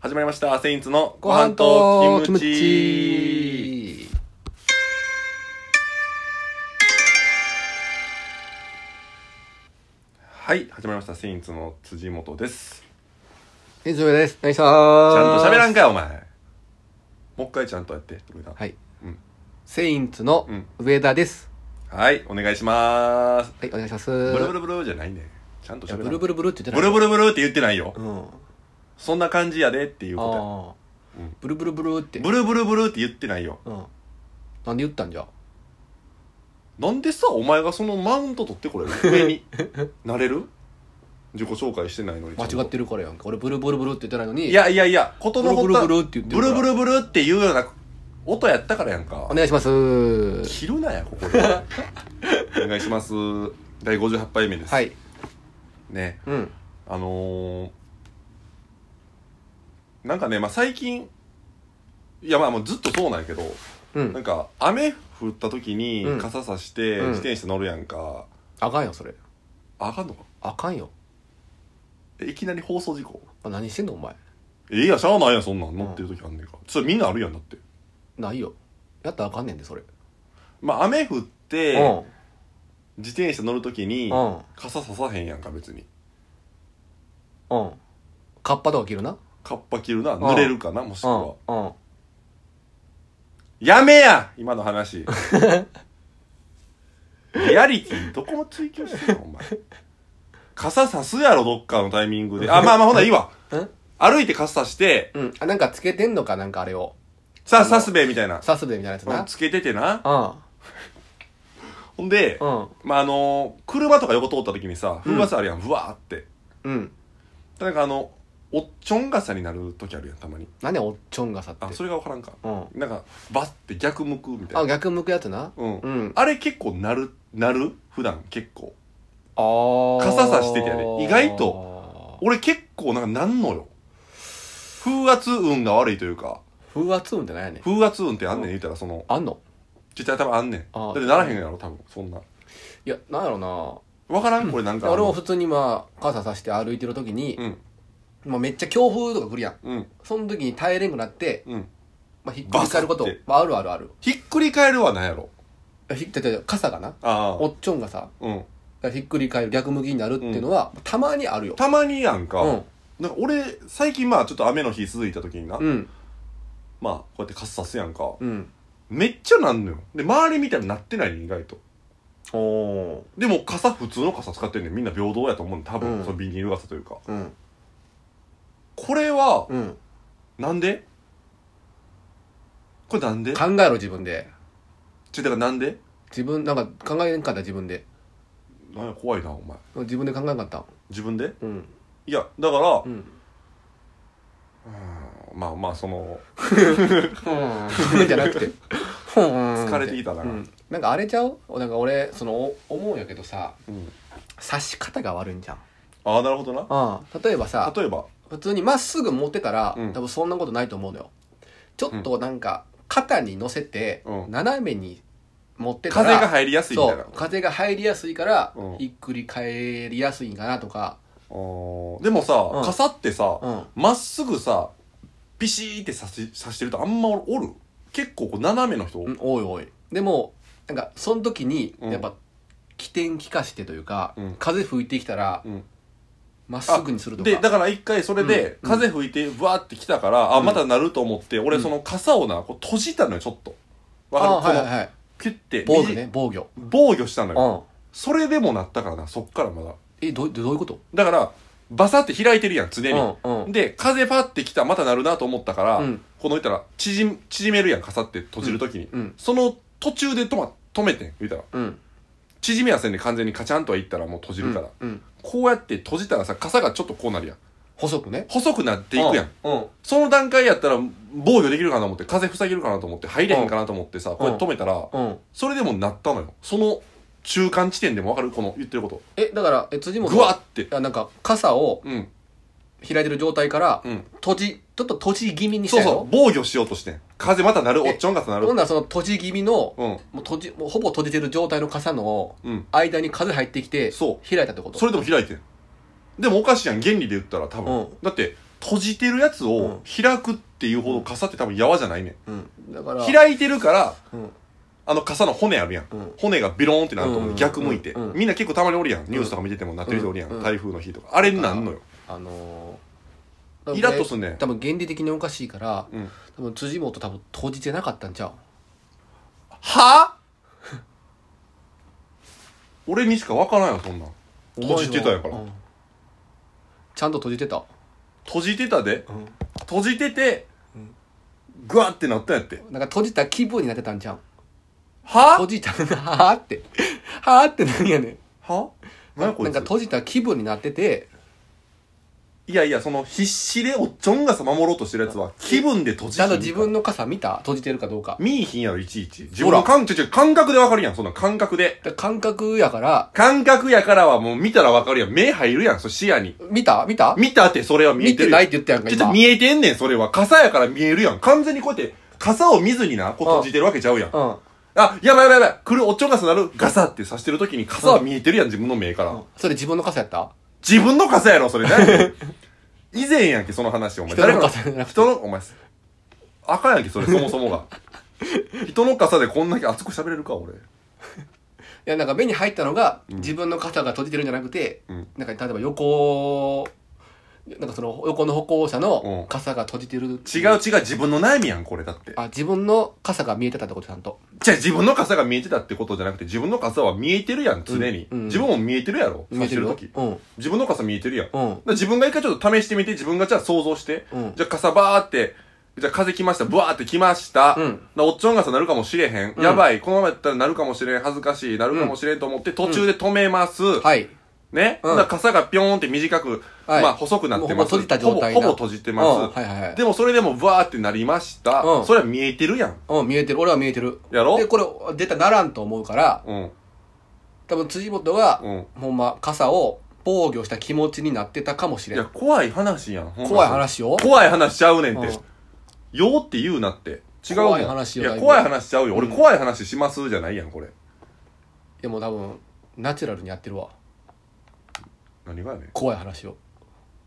始まりました。セインツのご飯とキムチはい、始まりました。セインツの辻元です。以上です。ナイスちーゃんと喋らんかい、お前。もう一回ちゃんとやって、上田。はい。うんセインツのうん上田です。はい、お願いします。はい、お願いします。ブルブいルブルじゃないね。ちゃんとや喋らんブルブルブルって言ってブルブルブルって言ってないよ。ル。うん。あそんな感じやでっていうこあとやうん。ブルブルブルって。ブルブルブルって言ってないよ。うん。なんで言ったんじゃ。なんでさ、お前がそのマウント取ってこれる上に。 なれる自己紹介してないのに。間違ってる。るからやんか。俺ブルブルブルって言ってないのに。い。やいやいや、ことブのル発端ブルブルって言ってブるから。ルブルブルっていうような音やったからやんかお。願いします。切るなや、ここ で。お願いします。第58杯目です。はい。ね、うん。あのー、なんかね、まあ最近、いやまあもうずっとそうなんやけど、うなんん。か雨降った時にうん傘さしてうん自転車乗るやんか。あかんよ、それ。あかんのかあかんよ。えいきなり放送事故あ何してんの、お前。えいや、しゃあないやん、そんなん乗ってる時あんねんから。それみんなあるやんだって。ないよ。やったらあかんねんで、それ。まあ雨降って、う自転車乗る時にん。うん。傘ささへんやんか、別に。うん。カッパとか着るな。カッパ着るな、ん濡れるかな、もしくうはん。。うん。やめや今の話。リアリティ、どこも追求してんの、お前。傘さすやろ、どっかのタイミングで。あ、まあまあ、ほな、いいわうん。歩いて傘さして、うん。あ、なんかつけてんのか、なんかあれを。さあ、さすべ、みたいな。サスベみたいなやつうんつけててな。な。ほんでう、ん。うん。まあ、あのー、車とか横通った時にさ、風傘あるやん、ふわーって。うん。なんかあの、おっちょん傘になる時あるやん、たまに。何やおっちょんがさって。あ、それがわからんか。うん。なんか、バッて逆向くみたいな。あ、逆向くやつな。うんう。ん。あれ結構なる、なる普段結構。あー傘さしててやで意外と。俺結構なんかなんのよ風圧運が悪いというか風圧運ってなんやねん。風圧運ってあんねん言うたらそのあんの実際多分あんねんあだっーてならへんやろ多分そんないや、なんやろな。分からんこれなんか俺も普通にまあ、傘さして歩いてる時にう、んまあめっちゃ強風とか来るやん。うんその時に耐えれんくなって、うんまあひっくり返ることバサって。まああるあるある。ひっくり返るはなんやろいやひっだって傘がな。あおあっちょんがさ、うんひっくり返る逆向きになるっていうのは、たまにあるよ。たまにやんか,、うん。なんか俺最近まあちょっと雨の日続いた時にな、うん。まあこうやって傘さすやんか、うん。めっちゃなんのよで周り見たらなってないねん意外とおお。でも傘普通の傘使ってんねんみんな平等やと思うねん多分、うんそのビニール傘というかうん。これは、うん。なんでこれなんで考えろ自分でちょ、だからなんで自分なんか考えんかった自分でなんや、怖いな、お前。自分で考えんかった自分でうんいや、だから、ううんーんまあまあ、その、じゃなくて疲疲れてきたななんかあれちゃうなんか俺そのお思うんやけどさうん刺し方が悪いんじゃんああ、なるほどな。ああ例えばさ例えば、普通にまっすぐ持ってたら、うん多分そんなことないと思うのよちょっとなんか肩に乗せて、うん斜めに持ってた風らが入りやすいみそたいなう。風が入りやすいから、うんひっくり返りやすいんかなとかあーでもさ、うん傘ってさ、うんまっすぐさ、ピシーって刺し刺してるとあんまおる結構こう斜めの人、うんおいおいでもなんかその時にうんやっぱ起点利かしてというか、うん風吹いてきたらうんまっすぐにするとかで、だから一回それで、うん風吹いて、ブワーって来たから、あ、うんまたなると思って、俺うんその傘をな、こう閉じたのよ、ちょっと。わかあるあこのはいはいはいキュッて防御ね防御防御したのようんそれでもなったからなそっからまだえどうどういうことだからバサって開いてるやん常に、うんうんで風パッて来たまたなるなと思ったから、うんこの言ったら縮む縮めるやん傘って閉じるときに、うんその途中で止,、ま、止めてん言ったらうん縮めやせんで完全にカチャンとはいったらもう閉じるから、うんうんこうやって閉じたらさ傘がちょっとこうなるやん細くね細くなっていくやん、うんうんその段階やったら防御できるかなと思って風塞げるかなと思って入れへんかなと思ってさ、こうやって止めたら、うんそれでもなったのよその中間地点でもわかるこの言ってることえだからえ辻本ぐわってあなんか傘をうん開いてる状態からうん閉じちょっと閉じ気味にしそたうやろそう防御しようとしてん風また鳴るえおっちょんがたなるほんならその閉じ気味の、うんもう閉じもうほぼ閉じてる状態の傘のうん間に風入ってきてそ開いたってことそれでも開いてんでもおかしいやん原理で言ったら多分、うんだって閉じてるやつを開くっていうほど傘って多分やわじゃないねうん、だからん開いてるからうんあの傘の骨あるやんうん骨がビローンってなるとうん逆向いてうんみんな結構たまにおるやんニュースとか見ててもなってる人おるやうんん台風の日とかあれになんのよあのーイラッとすんねん多分原理的におかしいからうん多分辻元多分閉じてなかったんちゃうは俺にしか分からんよそんなん閉じてたやからお前はうんちゃんと閉じてた閉じてたでうん閉じててうんグワってなったんやってなんか閉じた気分になってたんじゃん閉はじたはあってはあって何やねんは何なんやかこいつ閉じた気分になってていやいやその必死でおっちょんがさ守ろうとしてるやつは気分で閉じちてゃんると自分の傘見た閉じてるかどうか見いひんやろいちいち自分の感ちょちょ感覚で分かるやんそんなん感覚でだから感覚やから感覚やからはもう見たら分かるやん目入るやんそれ視野に見た見た見たってそれは見え見ててるないやって言ったやんかんちょっ今とうん見えてんねんそれは傘やから見えるやん完全にこうやって傘を見ずになこう閉じてるわけちゃうやんあ、やばいやばいやばい、来るおっちょんがさなる、ガサってさしてる時に傘は見えてるやん、自分の目から。うんそれ自分の傘やった自分の傘やろ、それ。 何以前やんけ、その話、お前。人のか傘じゃなくて人の、お前、あかんやんけ、それ、そもそ もが。人の傘でこんだけ熱く喋れるか、俺。いやなんか目に入ったのが自分の傘が閉じてるんじゃなくて、うんなんか例えば横なんかその横の歩行者の傘が閉じてる違う違う、自分の悩みやん、これ、だって。あ自分の傘が見えてたってことちゃんとじゃあ自分の傘が見えてたってことじゃなくて、自分の傘は見えてるやん、常に。うんうん自分も見えてるやろ、見えてるさよしてる時。うん自分の傘見えてるやん。だかうんら自分が一回ちょっと試してみて、自分がじゃあ想像して。うんじゃあ傘バーって、じゃあ風来ました、ブワーって来ました。うんなおっちょん傘なるかもしれへん。うんやばい、このままやったらなるかもしれん、恥ずかしい、なるかもしれんと思って、途中で止めます。はいね、うんほんなら傘がピョーンって短く、はいまあ細くなってもうほぼます。閉じた状態ほなぼほぼ閉じてます。うん、はいはいはいでもそれでもブワーってなりました。うんそれは見えてるやん。うん見えてる俺は見えてるやろでこれ絶対ならんと思うからうん。多分辻元が、うん。ほんま傘を防御した気持ちになってたかもしいれんや、怖い話やん。ほんま怖い話よ怖い話しちゃうねんってうん。よーって言うなって。違うもん怖い話よいや、だいぶ怖い話しちゃうよ。俺うん怖い話しますじゃないやん、これ。でも多分ナチュラルにやってるわ何がやねん。怖い話を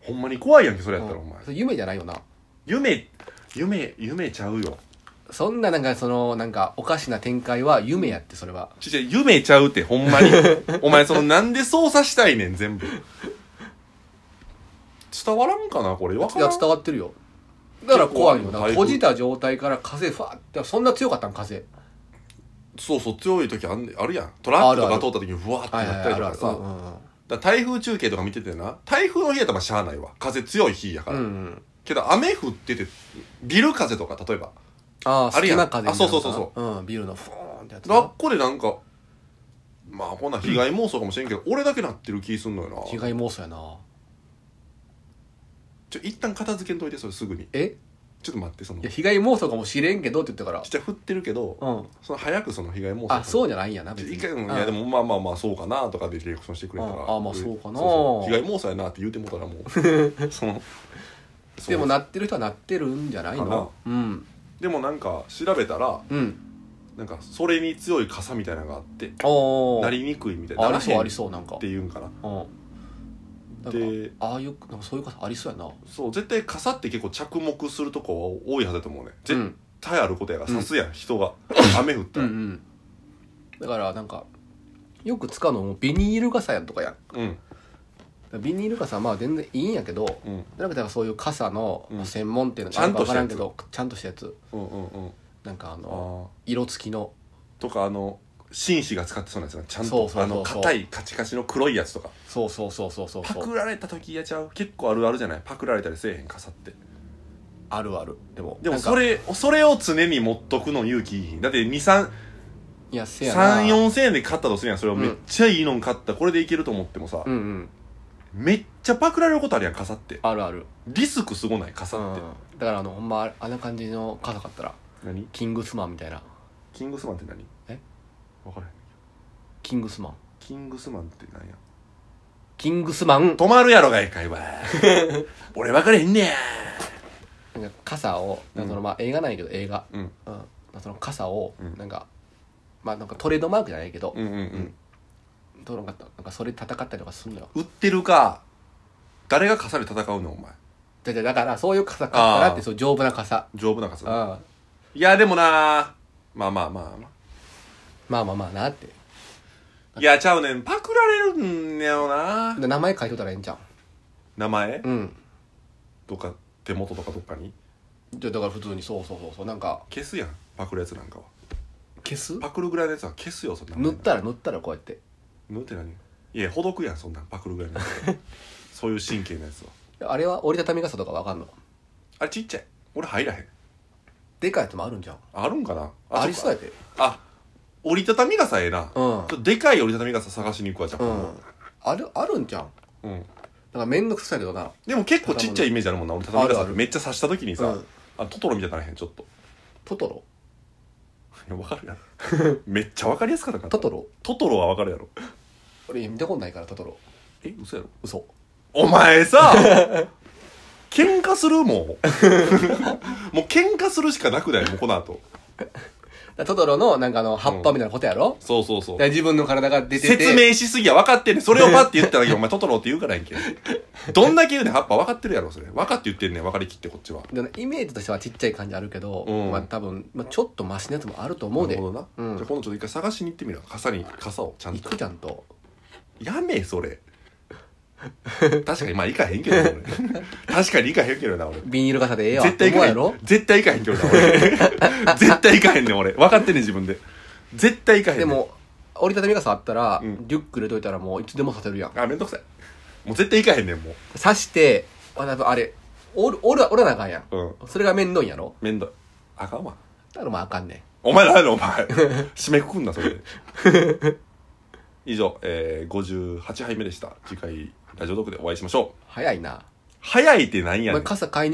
ほんまに怖いやんけ、それやったら、うおん前。それ夢じゃないよな夢、夢、夢ちゃうよ。そんななんかそのなんかおかしな展開は夢やってそれはちっちゃい、夢ちゃうって、ほんま に。お前、その、なんで操作したいねん、全部。伝わらんかな、これ。わいからやん。伝わってるよだから怖い結よ構だあるよ台から風閉じた状態から風ファーってそんな強かったん風そうそう、強い時あんねあるやん。トラックとあるあかる通った時に、ふわーってはいはいなっはたいりとあるあかるさ。だから台風中継とか見ててな、台風の日やったらまあしゃあないわ。風強い日やかうんうら。んうんうんけど、雨降ってて、ビル風とか、例えば。あああるや隙ん間風あそうそうそうそううんビルのフォーンってやつラッコでなんか、まあ、ほな、被害妄想かもしれんけど、俺だけなってる気すんのよな。被害妄想やなちょ、一旦片付けんといて、それすぐに。えちょっと待って、その、いやちっ被害妄想かもしれんけどって言ったからちゃい振ってるけど、うんその早くその被害妄想あそううじゃないんやな一回うんいやでもまあまあまあそうかなとかでリアクションしてくれたらああまあそうかなそう被害妄想やなって言うてもうたらも うそのそうでもなってる人はなってるんじゃないのうんでもなんか調べたらうんなんかそれに強い傘みたいなのがあっておなーりにくいみたいなありそうありそそうなんかうっていうんかなうんなんでかああいうなんかそういう傘ありそうやなそう絶対傘って結構着目するとこは多いはずだと思うねう絶ん対あることやからうんさすやん人が雨降ったうんらうんだからなんかよく使うのもビニール傘やんとかやんだかうんらビニール傘はまあ全然いいんやけどうんなんかだからそういう傘のうん専門店のちゃんとわからんけしたどちゃんとしたやつうんうんうんなんかあのああ色付きのとかあの紳士が使ってそうなやつなちゃんとそうそうそうあそうの硬いカチカチの黒いやつとかそうそうそうそうそうパそクうられた時やちゃう結構あるあるじゃないパクられたりせえへん傘ってあるあるでもでなもんかそれそれを常に持っとくの勇気いいひんだって2いやせ3やな3 4千円で買ったとするやんそれをうんめっちゃいいのん買ったこれでいけると思ってもさ、うんうんめっちゃパクられることあるやん傘ってあるあるリスクすごない傘って、うんだからあのほんまあんな感じの傘買ったら何キングスマンみたいなキングスマンって何え分からへんキングスマンキングスマンって何やキングスマン止まるやろがい会 話俺分からへんねやなんか傘をなんかそのうんまあ映画なんやけど映画うんうん、その傘をうんなんか、まあなんかトレードマークじゃないけど、うんうんうんどうなんかなんかそれで戦ったりとかすんのよ売ってるか誰が傘で戦うのお前じゃじゃだからそういう傘買ったらってそう丈夫な傘丈夫な傘うんだいやでもなまあまあまあままあまあまあなってあいやちゃうねんパクられるんやよなで名前書いとったらええんちゃ名前ううんとか手元とかどっかにじゃだから普通にそうそうそうそうなんか消すやんパクるやつなんかは消すパクるぐらいのやつは消すよそんな塗ったら塗ったらこうやって塗って何いやほどくやんそんなんパクるぐらいのや つそういう神経のやつはあれは折りたたみ傘とかわかんのあれちっちゃい俺入らへんでかいやつもあるんじゃんあるんかなありそうややであ折りたたみ傘ええな、ちうょんっとでかい折りたたみ傘探しに行くわじゃうあんあるあるんじゃんうん、なんかめんどくさいけどなでも結構ちっちゃいイメージあるもんな折りたたみあ傘るあるめっちゃ刺した時にさ、うんあトトロみたいにならへんちょっとトトロいやわかるや ろめっちゃわかりやすかったからトトロトトロはわかるやろ俺見たことないからトトロえ嘘やろ嘘お前 さ喧嘩する もうもう喧嘩するしかなくないもうこの後だトトロのなんかあの葉っぱみたいなことやろ、そうそうそうだから自分の体が出てて説明しすぎや分かってんねんそれをパッて言ったらお前トトロって言うからやんけどんだけ言うねん葉っぱ分かってるやろそれ分かって言ってんねん分かりきってこっちはでイメージとしてはちっちゃい感じあるけど、うんまあ多分、まあ、ちょっとマシなやつもあると思うなでるほどな、うんじゃあ今度ちょっと一回探しに行ってみろ傘に傘をちゃん行とくじゃんとやめえそ れ確かにまあ行かへんけどな俺確かに行かへんけどな俺ビニール傘でええわ絶対行思かうへやろん絶対行かへんけどな 俺絶対行かへんねん俺分かってんねん自分で絶対行かへんねでんも折りたたみ傘あったら、うんリュック入れといたらもういつでもさせるやんあめんどくさいもう絶対行かへんねんもう刺してあ多分あれ折る折る折らなあかんやんうんそれが面倒いんやろめんどいあかんわだからまああかんねんお前何や ろお前締めくくんなそれで以上、えー、58杯目でした次回ラジオトークでお会いしましょう早いな早いってなんやおね前ん傘買いに